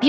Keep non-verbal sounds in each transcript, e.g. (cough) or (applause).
美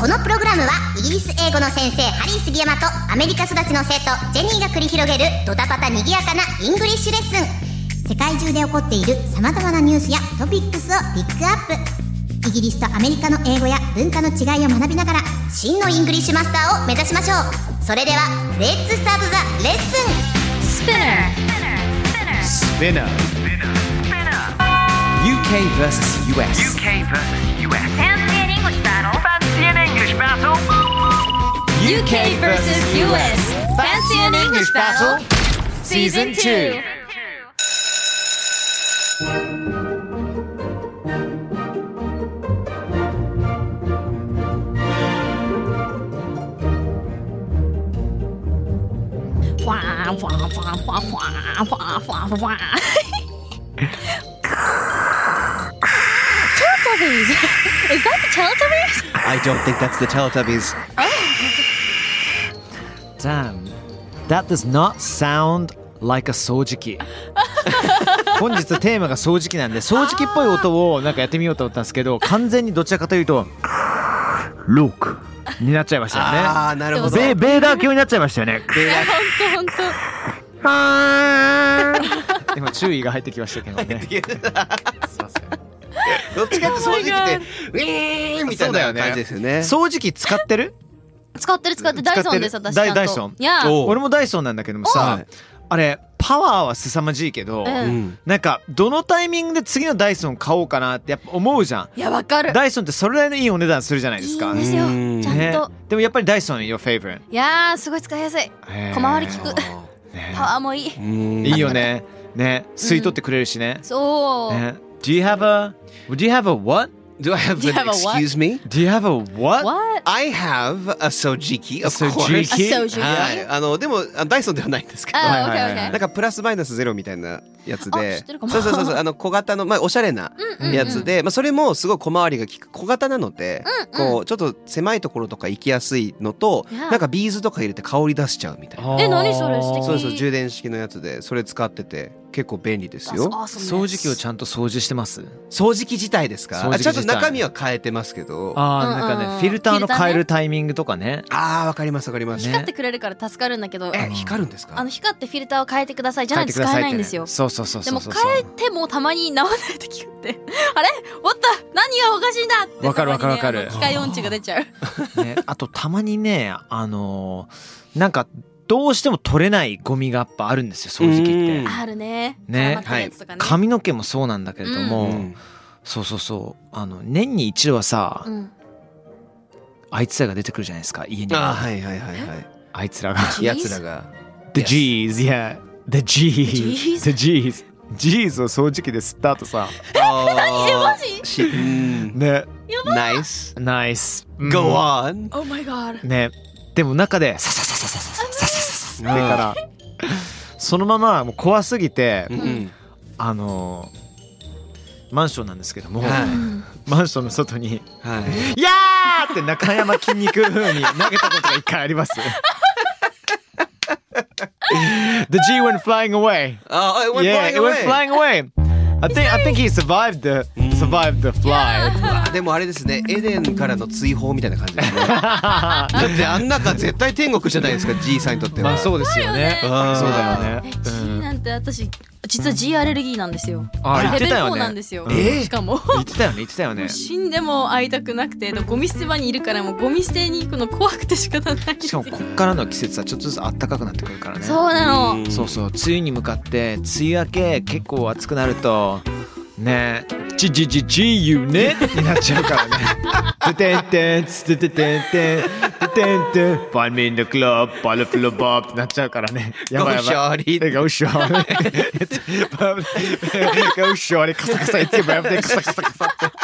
このプログラムはイギリス英語の先生ハリー杉山とアメリカ育ちの生徒ジェニーが繰り広げるドタパタにぎやかなイングリッシュレッスン世界中で起こっている様々なニュースやトピックスをピックアップイギリスとアメリカの英語や文化の違いを学びながら真のイングリッシュマスターを目指しましょうそれではレッツスタートザレッスン Spinner. UK versus US. UK versus US. Fancy an English battle. Fancy an English battle. UK versus US. Fancy an English battle? Season 2. Teletubbies! Is that the Teletubbies? I don't think that's the Teletubbies. Damn. That does not sound like a 掃除機。本日テーマが掃除機なんで掃除機っぽい音をなんかやってみようと思ったんですけど完全にどちらかというと「ローク」になっちゃいましたよね。ああ、なるほど。ベベーダー級になっちゃいましたよね。ほんとほんと。 (laughs) 今注意が入ってきましたけどね。どっちかって掃除機って、ウィーンみたいな感じですよね。掃除機使ってる？使ってる使ってる使っダてるイソンです私ちゃダイんとダイソンいやおう俺もダイソンなんだけどもはさい、あれパワーは凄まじいけど、うんうんなんかどのタイミングで次のダイソン買おうかなってやっぱ思うじゃん。いやわかるダイソンってそれなりのいいお値段するじゃないですか。いいんですようんちゃんと、ねでもやっぱりダイソン your favorite。いやーすごい使いやすい (laughs) 小回り利くパワーもいいうんいいよね。ね、吸い取ってくれるしね。そう、ね Do you have a Do you have a what? Do I have Do you an have a what? excuse me? Do you have a what? What? I have a sojiki, of 掃 (laughs) course. 除機あ掃除機はい。あの、でも、あダイソンではないんですけど。あ、オッケはいーはいはオッい (laughs) ケなーんかプラスマイナスゼロみたいなやつあ知でってるかもそうそうそうそうあの小型のまあおしゃれな (laughs) うんうんうんやつで、まあそれもすごい小回りが利く小型なので、こうちょっと狭いところとか行きやすいのと、いやなんかビーズとか入れて香り出しちゃうみたいな。え何それ素敵そうそう充電式のやつでそれ使ってて結構便利ですよ That's。awesome 掃除機をちゃんと掃除してます。掃除機自体ですか掃除あ機ちょっ自体と中身は変えてますけどあああ、うんうんなんかね、フィルターのフィルターね変えるタイミングとかね。あーわかりますわかります、ね光ってくれるから助かるんだけどえ光るんですかあの光ってフィルターを変えてくださいじゃ変なえいてとく使ださいってねえないんですよそうそうそうでそうもそ変う。えてもたまに直らない時があって (laughs) あれおった何がおかしいんだってわかるわかるわかるたまにねあの機械音痴が出ちゃうね、あとたまにね、あのーなんかどうしても取れないゴミがやっぱあるんですよ、掃除機っうんて。 (laughs) あるねね絡まってるやつとかね髪の毛もそうなんだけれども、うんそうそうそうあの年に一度はさ、うんあいつらが出てくるじゃないですか家にあーあはいはいはいはいいつらが Jeez やつらが The G's yeah The G's G's The G's G's を掃除機で吸った後さ何えマジジうんねナイスナイス Go on Oh my god ねでも中でササササササササササってからそのままもう怖すぎて、うんあのーマンションなんですけども、はいマンションの外にはい「いやー!」って中山筋肉風に投げたことが一回あります。the G went flying away. あー it went yeah, flying it went away flying away. I think I think he survived the survived the fly. あでもあれですねエデンからの追放みたいな感じです (laughs) ねだってあん中絶対天国じゃないですか G さんにとってはまあそうですよね。そうあーだよえね。 G なんて私実は G アレルギーなんですよあ言っレてベルたよ4ねなんですよえーしかも言ってたよね言ってたよね。し死んでも会いたくなくてゴミ捨て場にいるからもうゴミ捨てに行くの怖くて仕方ないんですかよもこっからの季節はちょっとずつ暖かくなってくるからね。そうなのんそうそう梅雨に向かって梅雨明け結構暑くなるとねジジジジユねになっちゃう (laughs) からね。てんてんつてててんてんてんてんファンミンドクラブバルフルバーってなっちゃうからね。やばいやばい。リえ、ガウショーリ。ガウショーリ、カサカサ言ってばやめて、カサカサカサって。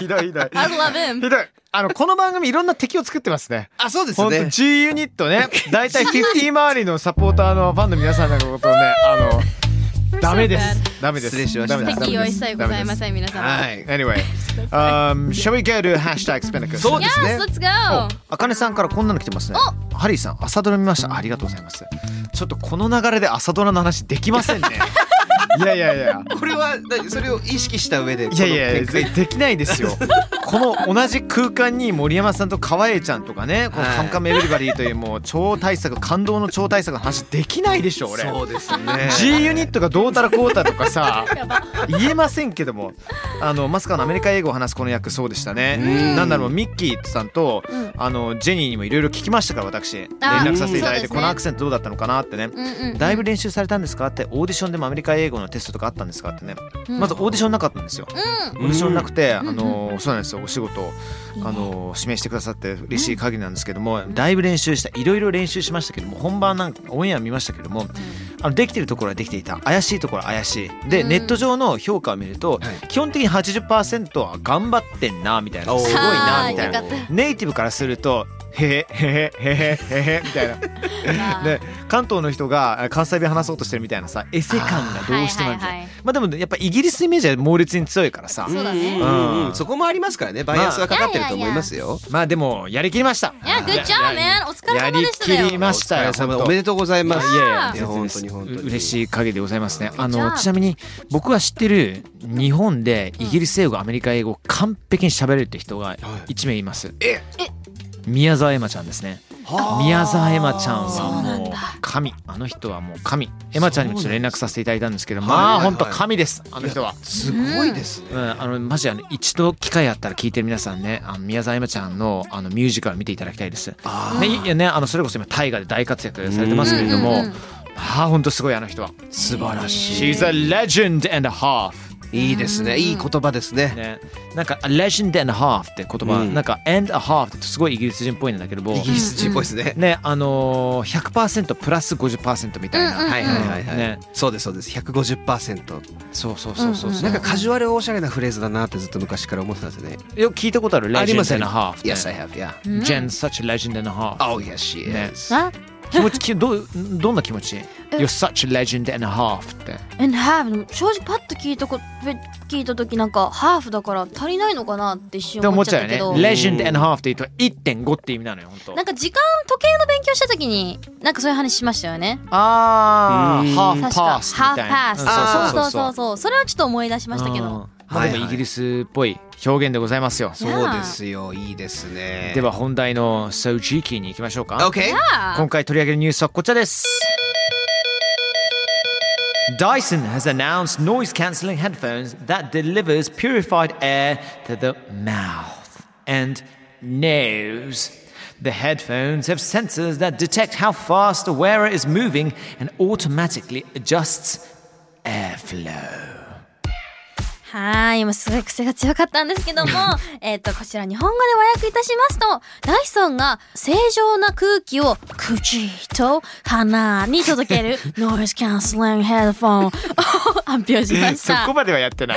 ひどいひどい。 I love him ひどい。あのこの番組いろんな敵を作ってますね。あ、そうです本当ね。 G ユニット (laughs) ね、大体50周りのサポーターのファンの皆さんの (laughs) ことをね、あの (laughs) ダメです。ダメです。失礼しましたダメです敵用意さえござダメいまですせん皆さん。はい。 (laughs) Anyway, um, shall we go to hashtag spinnaker? そうですね Yes, let's go! あかねさんからこんなの来てますね。ハリーさん、朝ドラ見ました。ありがとうございます。ちょっとこの流れで朝ドラの話できませんね。 (laughs) いやいやいや。これはだそれを意識した上で。いやいやこの展開でできな (laughs) いですよこの同じ空間に森山さんと川栄ちゃんとかね「このはいカンカンエヴリバリー」というもう超大作感動の超大作の話できないでしょ俺そうですね。 G ユニットがどうたらこうたらとかさ言えませんけどもあのまさかのアメリカ英語を話すこの役そうでしたねうんなんだろうミッキーさんと、うんあのジェニーにもいろいろ聞きましたから私連あ絡させていただいて、うんこのアクセントどうだったのかなってね、うんうんうん。だいぶ練習されたんですかってオーディションでもアメリカ英語のテストとかあったんですかってね、うんまずオーディションなかったんですよ、うんオーディションなくて、んあのーそうなんですよお仕事をあのー指名してくださって嬉しい限りなんですけども、だいぶ練習したいろいろ練習しましたけども本番なんかオンエア見ましたけども、あのできてるところはできていた怪しいところは怪しいで、うんネット上の評価を見ると、い基本的に80%は頑張ってんなみたいなおーすごいなみたいなあーよかっネイティブからするとへへへへへへへみたいな。たで関東の人があ関西弁話そうとしてるみたいなさエセ感がどうしてもあるじゃんはいはいはいまあでもやっぱイギリスイメージは猛烈に強いからさそうだねうんうんそこもありますからね。バイアスはかかってると思いますよ。まあでもやりきりましたいや、グッジョブ、man! お疲れや様りでしたきりよ。ましたよお疲れ様本当おめでとうございます。いやいやや本当に本当にう嬉しい限りでございますねあじのゃあちなみに僕が知ってる日本でイギリス英語アメリカ英語完璧に喋れるって人が1名いますえ宮沢エマちゃんですねはあ宮沢エマちゃんそうはなんもうだ神あの人はもう神エマちゃんにもちょっと連絡させていただいたんですけどうなんですまはあいはいは本い当神ですあの人はすごいですね。うん、あのマジあの一度機会あったら聞いてる皆さんねあの宮沢エマちゃんのあのミュージカル見ていただきたいです。ねあいやねあのそれこそ今大河で大活躍されてますけれどうんもうんうんうんああ本当すごいあの人は。素晴らしい。 She's a legend and a half いいですね。いい言葉ですね。ね、なんか「a legend and a half」って言葉、うんなんか「and a half」ってすごいイギリス人っぽいんだけどもイギリス人っぽいですね。ねあのー、100%プラス50%みたいな、はいはいはいはい。ねそうですそうです。150%。そうそうそうそうそうなんかカジュアルおしゃれなフレーズだなってずっと昔から思ってたんですよね。よく聞いたことある「あります legend よね and a half」ね Yes, I have. Yeah. Jen's such a legend and a half Oh yes, she is. ね気持ちきどうどんな気持ち ?You're such a legend and a half って。 And half 正直パッと聞いたこぺ聞いた時なんかハーフだから足りないのかなって一瞬って思思っっちちゃゃっうたよけね。ど、 Legend and a half って言うと1.5って意味なのよ、本なんか時間時計の勉強した時になんかそういう話しましたよね。当。ああ、うんハーフ確パかースみハーフたいパな。ース。あーそうそうそううそう。それはちょっと思い出しましたけうんど。まあはでいはもいイギリスっぽい表現でございますよ。そうですよ。いいですね。では本題の So Cheeky に行きましょうか。 OK。今回取り上げるニュースはこちらです。Dyson has announced noise cancelling headphones that delivers purified air to the mouth and nose. The headphones have sensors that detect how fast the wearer is moving and automatically adjusts (laughs) airflow. はーい、今すごい癖が強かったんですけども、えっと、こちら日本語で和訳いたしますと、ダイソンが正常な空気を口と鼻に届けるノイズキャンセリングヘッドフォンを (laughs) 発表しました。まではやってない。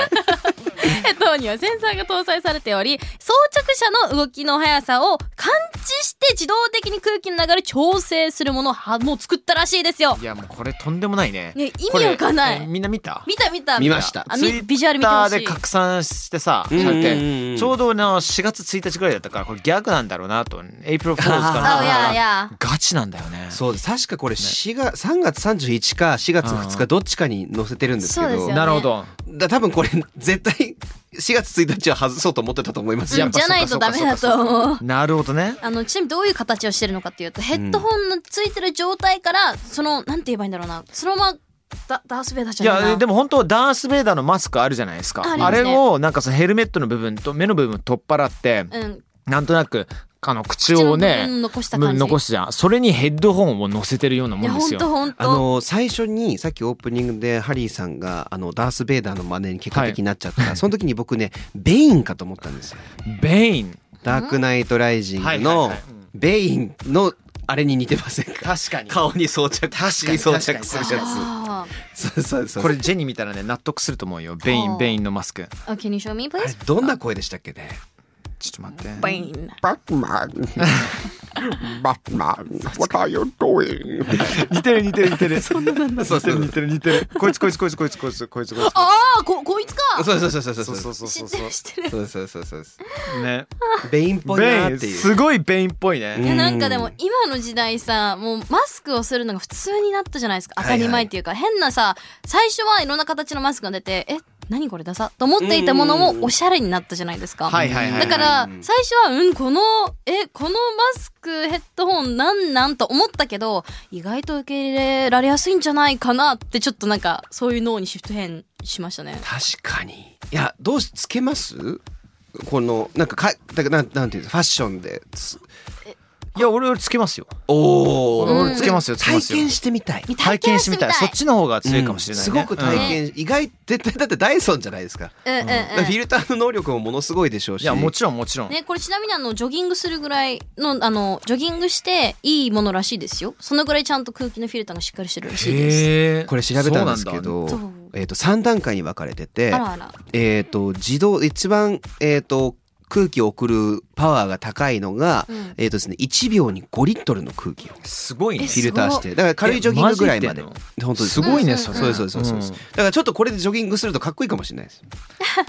ヘッドホンにはセンサーが搭載されており装着者の動きの速さを感知して自動的に空気の流れを調整するものをはもう作ったらしいですよいやもうこれとんでもないね。ね意こ味れわかんなえいみんな見た見た見た見ましたあツイみビジュアル見てほッしターいで拡散してさ、うんうんうんされてちょうどの4月1日ぐらいだったからこれギャグなんだろうなと、エイプロフォールズか (laughs) あいやいな。やガチなんだよね。そうです確かこれ4月3月31か4月2日どっちかに載せてるんですけそうですどよなるほど。だ多分これ絶対4月1日は外そうと思ってたと思いますうよんじゃないとダメだと思うなるほどね。 (laughs) あのちなみにどういう形をしてるのかっていうとヘッドホンのついてる状態からそのなんて言えばいいんだろうなそのままダダースベイダーいじゃないなやでも本当ダース・ベイダーのマスクあるじゃないですかああありますねれをなんかそのヘルメットの部分と目の部分取っ払って、うんなんとなくあの口をね口の部分残した感じ残すじゃんそれにヘッドホンを乗せてるようないもやんでほすんよとほんあとの最初にさっきオープニングでハリーさんがあのダース・ベイダーの真似に結果的になっちゃった、その時に僕ねベインかと思ったんですよベインダークナイト・ライジングはいはいのはいベインのあれに似てませんか確かに顔に装着確かに装着するやあつそうそうそうこれジェニー見たらね納得すると思うよベイはあンベインのマスクー Oh, Can you show me あれ please? どんな声でしたっけねちょっと待って。バイン。 Batman. Batman, what are you doing? 似てる似てる似てる。そんななんだ。似てる似てる似てる。こいつこいつこいつこいつこいつこいつこいつ。ああ、こ、こいつか。そうそうそうそうそうそそうそううそうそ知うってそる、知ってる。そうそうそうそうう。ね。ベインっぽいなベイーっンていうすごいベインっぽいね。いやなんかでうもん今の時代さもうマスクをするのが普通になったじゃないですか当たり前っていうか、変なさ最初はいろんな形のマスクが出てえ何これダサと思っていたものうんもおしゃれになったじゃないですか、はいはいはい。だから最初はうんこのえこのマスクヘッドホンなんなんと思ったけど意外と受け入れられやすいんじゃないかなってちょっとなんかそういう脳にシフト変しましたね確かにいやどうしつけますこのなんかかだからなんなんていうのファッションでついや俺俺つけますよ。お俺ー俺つけますよつけま体すよ。験してみたい体験してみたい。そっちの方が強いかもしれないね。すごく体験、意外絶対だってダイソンじゃないですか,、うんうんうんフィルターの能力もものすごいでしょううんしいやもちろんもちろん。ね、これちなみにあのジョギングするぐらいのあのジョギングしていいものらしいですよそのぐらいちゃんと空気のフィルターがしっかりしてるらしいですへえ。これ調べたんですけどそうなんだえー、と3段階に分かれててあらあらえー、と自動一番、えー、と空気を送るパワーが高いのが、うんえーとですね、1秒に5リットルの空気をフすごいね。ィルターしてだから軽いジョギングぐらいまでえマジ本当ですすごいねそれ。そうですそうですそうです、んだからちょっとこれでジョギングするとかっこいいかもしれないです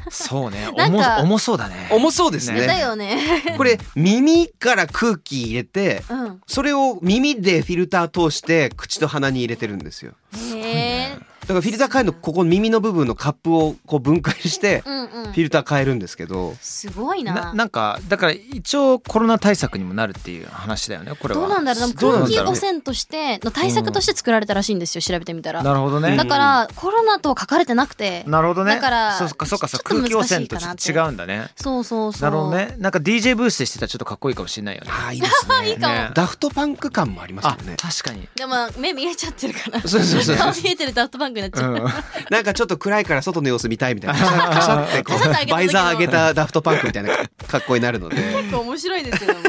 そうね。なん重か重そうだね。重そうですだね (laughs) よねこれ耳から空気入れてうんそれを耳でフィルター通して口と鼻に入れてるんですよへえだからフィルター変えるのここ耳の部分のカップをこう分解してうんうフんィルター変えるんですけどすごいなななんかだから一応コロナ対策にもなるっていう話だよねこれはどうなんだろうでもどうな空んだ気ろう汚染としての対策として作られたらしいんですよ調べてみたらなるほどねだからコロナとは書かれてなくてなるほどねだからそうかそうかそうちょっ空と気汚難し染いとかちょなっってと違うんだねそうそうそうなるほどねなんか DJ ブースでしてたらちょっとかっこいいかもしれないよねああいいですね (laughs) いいかもねダフトパンク感もありますあよね確かにでも目見えちゃってるからそうそうそ (laughs) うそう顔見えてるダフトバンクになっちゃう、なんかちょっと暗いから外の様子見たいみた (laughs) いな。カシャカシャってこカシャう、ッてバ上イげたんだけどザー上げたダフトパンクみたいな (laughs) 格好になるので。結構面白いですけども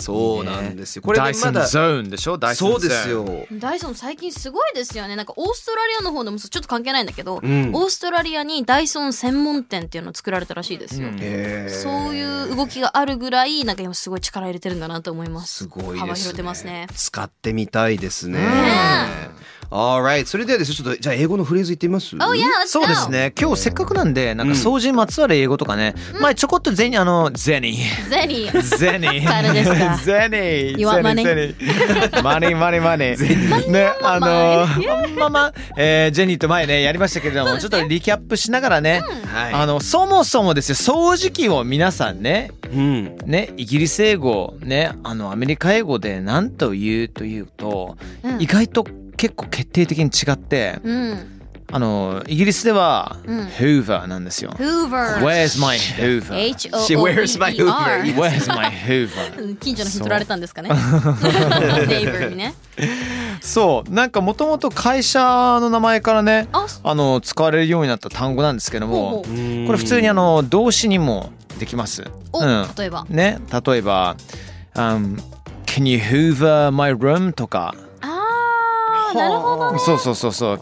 そうなんですよ。これダでイソまンだ、ゾーンでしょダイソンそうゾーンですよ。ダイソン最近すごいですよねなんかオーストラリアの方でもそうちょっと関係ないんだけど、うんオーストラリアにダイソン専門店っていうのを作られたらしいですよ、うんへーそういう動きがあるぐらいなんか今すごい力入れてるんだなと思いますすごいですね。幅広げてますね使ってみたいですねね。 Alright。それではですね、ちょっと、じゃあ英語のフレーズ言ってみます Oh yeah, let's go! そうですね今日せっかくなんでなんか掃除にまつわる英語とかね、前ちょこっとゼニあのゼニーゼリーゼニ (laughs) 誰ですかーゼニー You want money？ゼニーマニーマニーマニー (laughs) ねあのまあまあえージェニーと前ねやりましたけれどもちょっとリキャップしながらねはいあのそもそもですよ掃除機を皆さんねうん。ねイギリス英語ねあのアメリカ英語で何と言うというとうん意外と結構決定的に違ってうんあのイギリスではうん Hoover なんですよ Hoover Where's my Hoover? She wears my H-O-O-V-E-R Hoover. (laughs) Where's my Hoover? 近所の人取られたんですかね (laughs) ネイバーにねそうなんかもともと会社の名前からねああの使われるようになった単語なんですけどもほうほこれ普通にあの動詞にもできます。お、うん、例えばね例えば、um, Can you hoover my room? とかあーなるほどそうそうそうそう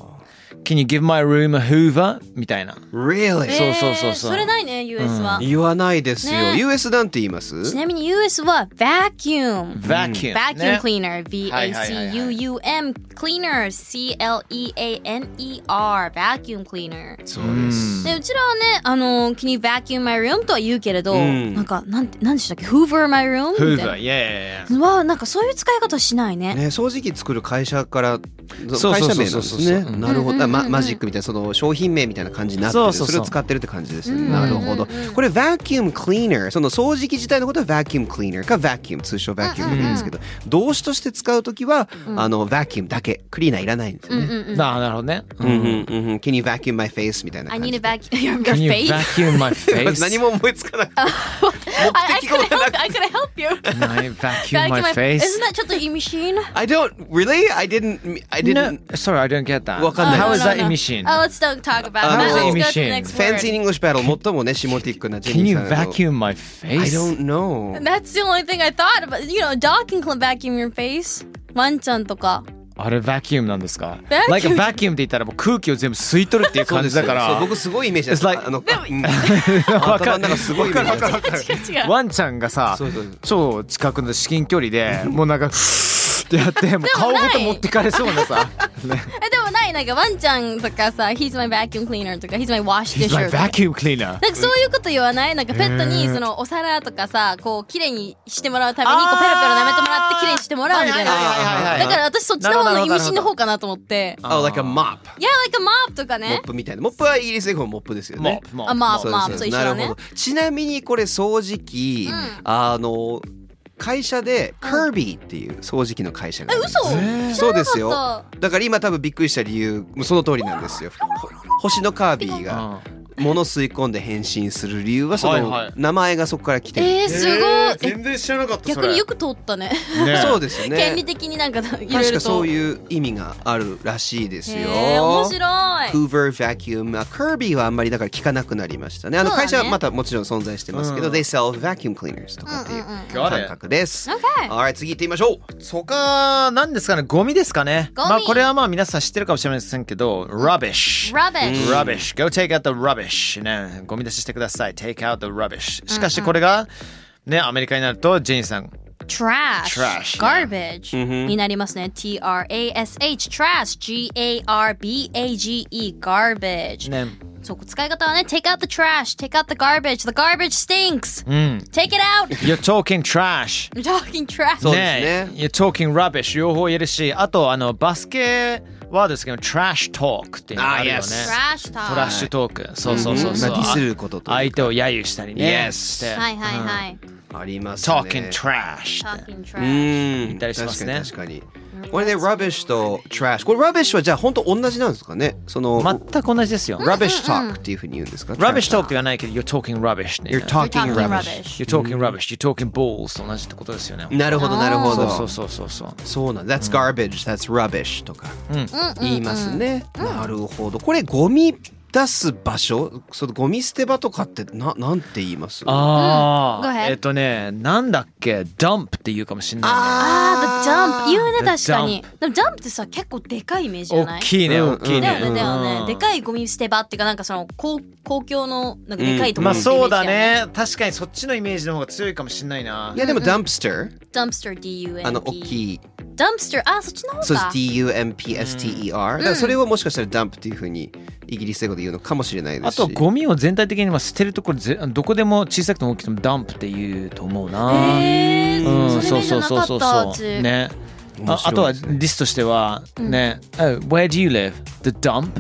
Can you give my room a hoover? みたいな。 Really? そうそうそうそうえーそれないね US は、言わないですよ。ね US なんて言いますちなみに US は vacuum Vacuum、 vacuum ね cleaner V はい A はいはいはい C U U M cleaner C L E A N E R vacuum cleaner そうです。Hmm. でうちらはねあの can you vacuum my room とは言うけれど、うんなんかなんてなんでしたっけ hoover my room みた Hoover、いな yeah, yeah, yeah. はなんかそういう使い方しない (laughs) ね。ね、掃除機作る会社から会そうそ社うそう名なんそうですそうねそうそうなるほうんうんど、うんうんま、マジックみたいなその商品名みたいな感じになってるそそうそうそうれを使ってるって感じですよね、うんうんなうんるほどこれ vacuum cleaner その掃除機自体のことは vacuum cleaner か vacuum 通称 vacuum なんですけど、動詞として使う時は、あの vacuum だけクリーナーいらないんですようんね、うんうん。ななるほどね。うんうんうんうん Can you vacuum my face みたいな I 感じ need a で (laughs) vacuum your, Can you face. vacuum my face? 何も思いつかない (laughs) I, I could help. I could help you. I vacuum my Isn't face. that E ちょっと意味深い I don't really I didn't I didn't No, sorry, I don't get that. わかんない How is that E No, no, no. emission? Oh, let's don't talk about Uh, that. how is it Let's go E to the emission? next Fancy in word. English battle 最もねシモティックなジェ Can ニー you さんの vacuum my I face? don't know That's the only thing I thought about. You know, dog can vacuum your face. ワンちゃんとか。あれ、バキュームなんですか Vacuum Like a vacuum って言ったらもう空気を全部吸い取るっていう感じだかそうら。僕すごいイメージです。 It's like- あの、 (laughs) わか頭のる中すごいイメージだった違う。ワンちゃんがさそうそう、超近くの至近距離で、もうなんか、ふーってやって、もう顔ごと持ってかれそうなさ。ねえでもないなんかワンちゃんとかさ、He's my vacuum cleaner とか He's my wash He's my disher とか。 vacuum cleaner. なんかそういうこと言わないなんかペットにそのお皿とかさこう綺麗にしてもらうためにこうペロペロ舐めてもらって綺麗にしてもらうみたいはいはいはいはいなはいだから私そっちの方の意味深の方かなと思ってあ、like a mop。いや like a mop とかモねップみたいな。モップはイギリス英語のモップですよねも。う、もう、あまあそうまあですそう一緒なだるねほど。ちなみにこれ掃除機、うんあの会社でカービーっていう掃除機の会社があるんです。嘘そうです知らよ。なかっだから今多分びっくりした理由もうその通りなんですよ。ほ星のカービィが物吸い込んで変身する理由はそはいはのい名前がそこから来てたる。えーすごいえ全然知らなかった。逆によく通ったねねそうですよね。権利的になんかいろい確ろかそとうへいう意味があるらしいですよ。ー面白い Hoover Vacuum あ Kirby はあんまりだから聞かなくなりましたねあのそうだね会社はまたもちろん存在してますけど、うん They sell vacuum cleaners とかっていう感覚です、 Okay Alright 次行ってみましょう他なんですかねゴミですかねゴミまあこれはまあ皆さん知ってるかもしれませんけど rubbish Rubbish rubbish go take out the rubbish ねゴミ出ししてください take out the rubbish しかしこれがねアメリカになるとジェニーさん trash Trash garbage になりますね trash trash g-a-r-b-a-g-e garbage ねそう使い方はね take out the trash take out the garbage the garbage stinks うん take it out you're talking trash you're talking trash そうですね You're talking rubbish 両方言えるしあとあのバスケはですけど trash talk っていうのがあるよね trash トラッ talk シュトークそうそうそうそそううディスることという相か手を揶揄したりね Yes してはいはいはいありますね talking trash って talking う trash んったりしますね確かに確かにこれね rubbish と trash これ rubbish はじゃあ本当同じなんですかねその、全く同じですよ rubbish talk っていうふうに言うんですか rubbish trash talk ではないけど you're talking rubbish ね You're talking talking rubbish rubbish You're talking rubbish you're talking balls と同じってことですよねなるほどなるほそうどそうそうそうそうそうなん That's garbage, that's rubbish とか言いますね。なるほど。これゴミ出す場所、そのゴミ捨て場とかってななんて言います？あうん Go あ ahead えっとねなんだっけ dump って言うかもしれないねあー the dump 言うね The 確かにでも dump ってさ結構でかいイメージじゃな大いきいねうん大きいだねよねだようねんでかいゴミ捨て場っていうかなんかその公公共のなんかでかいとこまろあってイメージそうだよねね確かにそっちのイメージの方が強いかもしれないないやでも dumpster、 dumpster dump あの大きい、 dumpster あそっちの方そうでかす D U M P S T E R。だからそれをもしかしたら dump っていうふうにイギリス英語で言うのかもしれないであすし。とゴミを全体的にまあ捨てるところぜどこでも小さくても大きくてもダンプって言うと思うな。へーうん、そそれうねじゃそうなそかうったそううそちう。ね。ああとはリストとしてはね、Oh, Where do you live? The dump?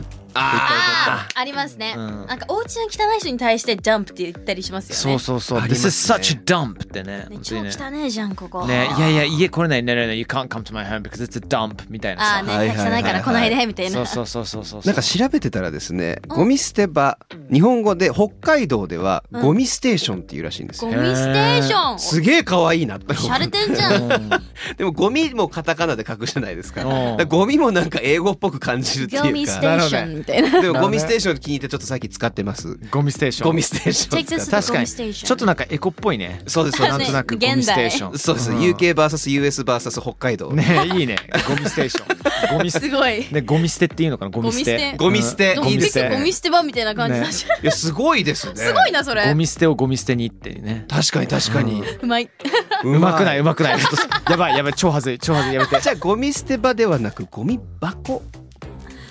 あーありますね、うんなんかお家の汚い人に対して dump って言ったりしますよねそうそうそう。あります This ね is such a dump ってね。ね本当超にね汚いじゃんここね、いやいや家来れないねねね You can't come to my home because it's a dump みたいなさ。あーはいはねいはいはい汚いから来ないでみたいなそうそうそうそうそう。なんか調べてたらですね、ゴミ捨て場、日本語で北海道ではゴミステーションっていうらしいんですゴよ。ミステーションすげえ可愛いなって思って。おしゃれてんじゃんでもゴミもカタカナで書くじゃないですか。うだかんらゴミもなんか英語っぽく感じるっていうか。ゴミステーションみたい (laughs) なでもゴミステーションって聞いてちょっとさっき使ってます。ゴミステーション。ゴミステーション Take 使 this っ to て。確か the に g ーシちょっとなんかエコっぽいね。そうですそうなんでとす。なくねゴミステーション。そうです。ん UK vs US vs 北海道。ねいいね。ゴミステーション。ゴミ捨すて。ごいね、ゴミ捨てっていうのかなゴミ捨て。ゴミ捨てでうんもいいで結すね構ゴミ捨て場みたいな感 (laughs) じだし、いやすごいですね。すごいなそれゴミ捨てをゴミ捨てにっていうね。確かに確かに。うまいうまくない、うまくい。ない。ちょっとやばい、やばい、超はずい、超はずい、やめて。じゃあゴミ捨て場ではなくゴミ箱。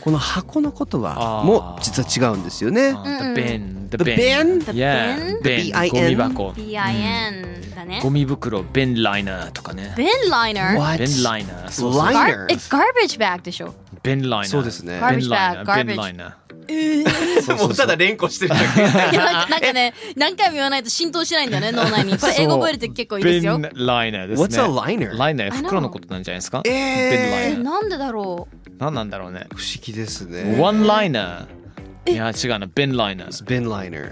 この箱のことはあーもう実は違うんですよね。うん The bin, the The bin? bin, yeah, The bin? bin, ゴミ箱、 BIN だねゴミ袋、bin liner とかね。 bin liner What? bin liner、そうそう Liner. え garbage bag でしょ bin liner。そうですね bin Garbage bag, liner, bin garbage liner。もうただ連呼してる (laughs) だけ。いやなんかなんかね何回も言わないと浸透しないんだよね脳内にこれ英語覚えるって結構いいですよ bin liner ですね。 What's a liner? liner 袋のことなんじゃないですか。bin ええ liner。なんでだろう何なんだろうね。不思議ですね。 one liner。いや違うな、bin liner。 bin liner。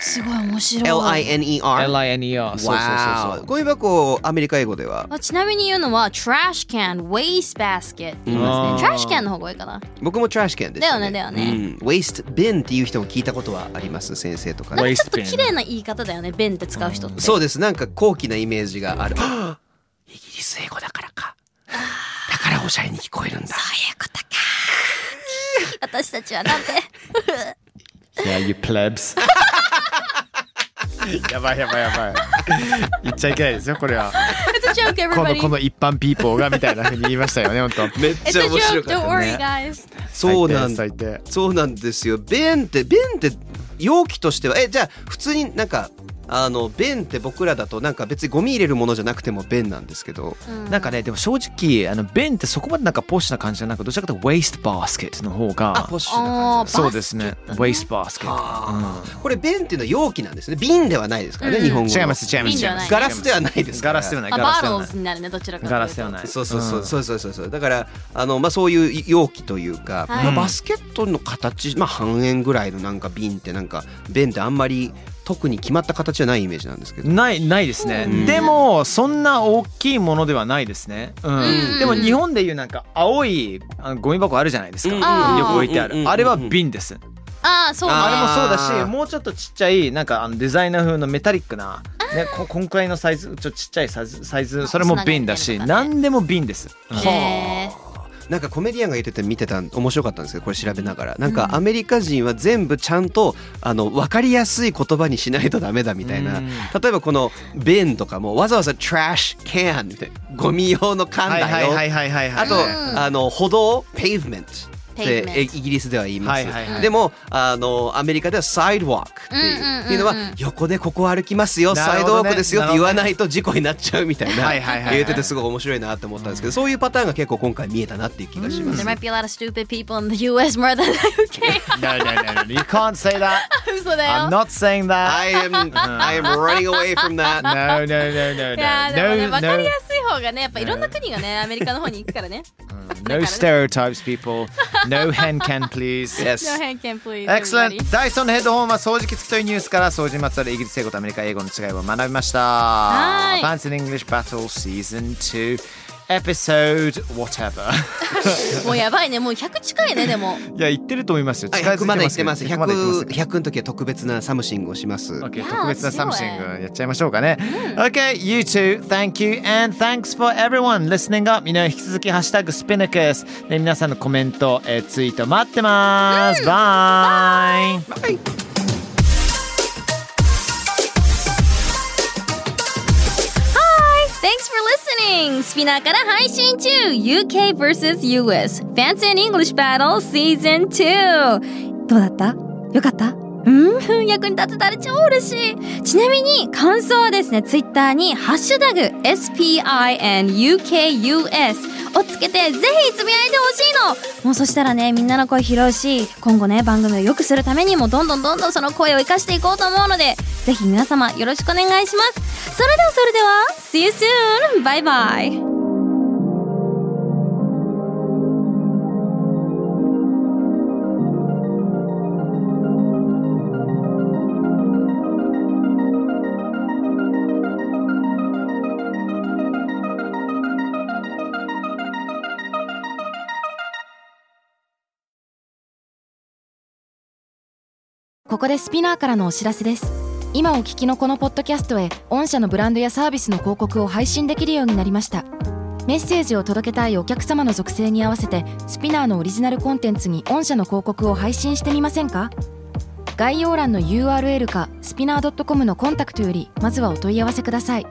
すごい面白い L-I-N-E-R。 L-I-N-E-R。そうそうそうそう Wow。ゴミ箱、アメリカ英語では。あちなみに言うのは trash can waste basket って言いますねあー trash can の方がいいかな僕も trash can ですよね。だよねだようん。waste bin っていう人も聞いたことはあります、先生とか。 Waste ちょっと綺麗な言い方だよね bin って使う人ってそうです。なんか高貴なイメージがある。イギリス英語だからか。だからおしゃれに聞こえるんだ。いうことか。私たちはなんて。 Yeah, you plebs. (laughs) やばいやばいやばい。言っちゃいけないですよ、これは。 It's a joke, この everybody. この一般ピーポーがみたいな風に言いましたよね、本当。めっ It's ちゃ a 面白 joke. か Don't った worry, ね。 guys. そうなんだ最。低最低そうなんですよ。弁って弁って容器としてはえじゃあ普通になんかあの弁って僕らだとなんか別にゴミ入れるものじゃなくても弁なんですけど。なんかね、でも正直、あの、ベンってそこまでなんかポッシュな感じじゃなく、どちらかというと、ウェイストバースケットの方あがポッ。シュな感じ。そうですね。ウェイストバースケッあト。ーこれ弁っていうのは容器なんですね。瓶ではないですからね、日本語うん。の。違います、違います。瓶じゃないガラスではないですかガらラスではない。あ、ガラバスでーはロなーズになるね、どちらかい。というと。ガラスではない。そうそうそううんそうそうそうそうだからあのまあそういう容器というか、はいまあバスケットの形まあ半円ぐらいのなんか瓶ってなんか瓶ってあんまり特に決まった形じゃないイメージなんですけど。ないないですね、うんでもそんな大きいものではないですね、うんうんでも日本でいうなんか青いあのゴミ箱あるじゃないですか、うんうんよく置いてあうんうんうんるうんあれは瓶です、ああ、そうね。あれもそうあだーしもうちょっとちっちゃいなんかあのデザイナー風のメタリックな、ね、ここんくらいのサイズちょっとちっちゃいサイズサイズそれも瓶だし、つながってるとかね何でも瓶です、うんへなんかコメディアンが言ってて見てた面白かったんですけどこれ調べながらなんかアメリカ人は全部ちゃんとあの分かりやすい言葉にしないとダメだみたいな、うん例えばこの「弁」とかもわざわざ「trash can」みたいなゴミ用の缶はいはだいよはいはいはいはあいと、 (laughs) あの歩道 pavement ってえイ Pavement ギリスでは言います、はいはいはいでもあのアメリカでは sidewalk っていう,、うんうんうんうんっていうのは横でここ歩きますよ、なサるイほドウどォーねクですよって言わないと事故になっちゃうみたいなはいはいはいはい言っててすごい面白いなって思ったんですけどそういうパターンが結構今回見えたなっていう気がしーます、 There might be a lot of stupid people in the US more than (laughs) the UK. No, no, no, no. You can't say that. 嘘だ I'm よ。 not saying that. I am I am running away from (laughs) that No, no, no, no, (laughs) いやーでもね、 no. No, わかり no. やすい方がね、やっぱいろんな国 (laughs) がね、アメリカの方に行くからね。 No stereotypes, people. No hen can, please. Yes No hand can please. Excellent. everybody. ダイソンのヘッドホンは掃除機付きというニュースから掃除にまつわるイギリス英語とアメリカ英語の違いを学びました。はい Fancy in English Battle Season 2 Episode Whatever. もうやばいね、もう100近いね、でも。 (laughs) いや、言ってると思いますよ。はい近づい100まで行ってます100まで行っ 100, てます。 100の時は特別なサムシングをします、 Okay, Yeah, 特別なサムシングすごいやっちゃいましょうかね。Okay, you too. Thank you and thanks for everyone listening up. みんな引き続きハッシュタグスピナクスで皆さんのコメント、えーツイート待ってます。バイ。 Thanks for listening! スピナーから配信中 !UK vs.US Fancy and English Battle Season 2! どうだったよかったうん役に立てたら超嬉しいちなみに感想はですね、ツイッターにハッシュタグ SPINUKUS をつけてぜひつぶやいてほしいのもうそしたらね、みんなの声拾うし、今後ね、番組を良くするためにもどんどんどんどんその声を生かしていこうと思うので、ぜひ皆様よろしくお願いします。それではそれでは、See you soon! バイバイここでスピナーからのお知らせです今お聞きのこのポッドキャストへ御社のブランドやサービスの広告を配信できるようになりましたメッセージを届けたいお客様の属性に合わせてスピナーのオリジナルコンテンツに御社の広告を配信してみませんか概要欄の URL かスピナー .com のコンタクトよりまずはお問い合わせください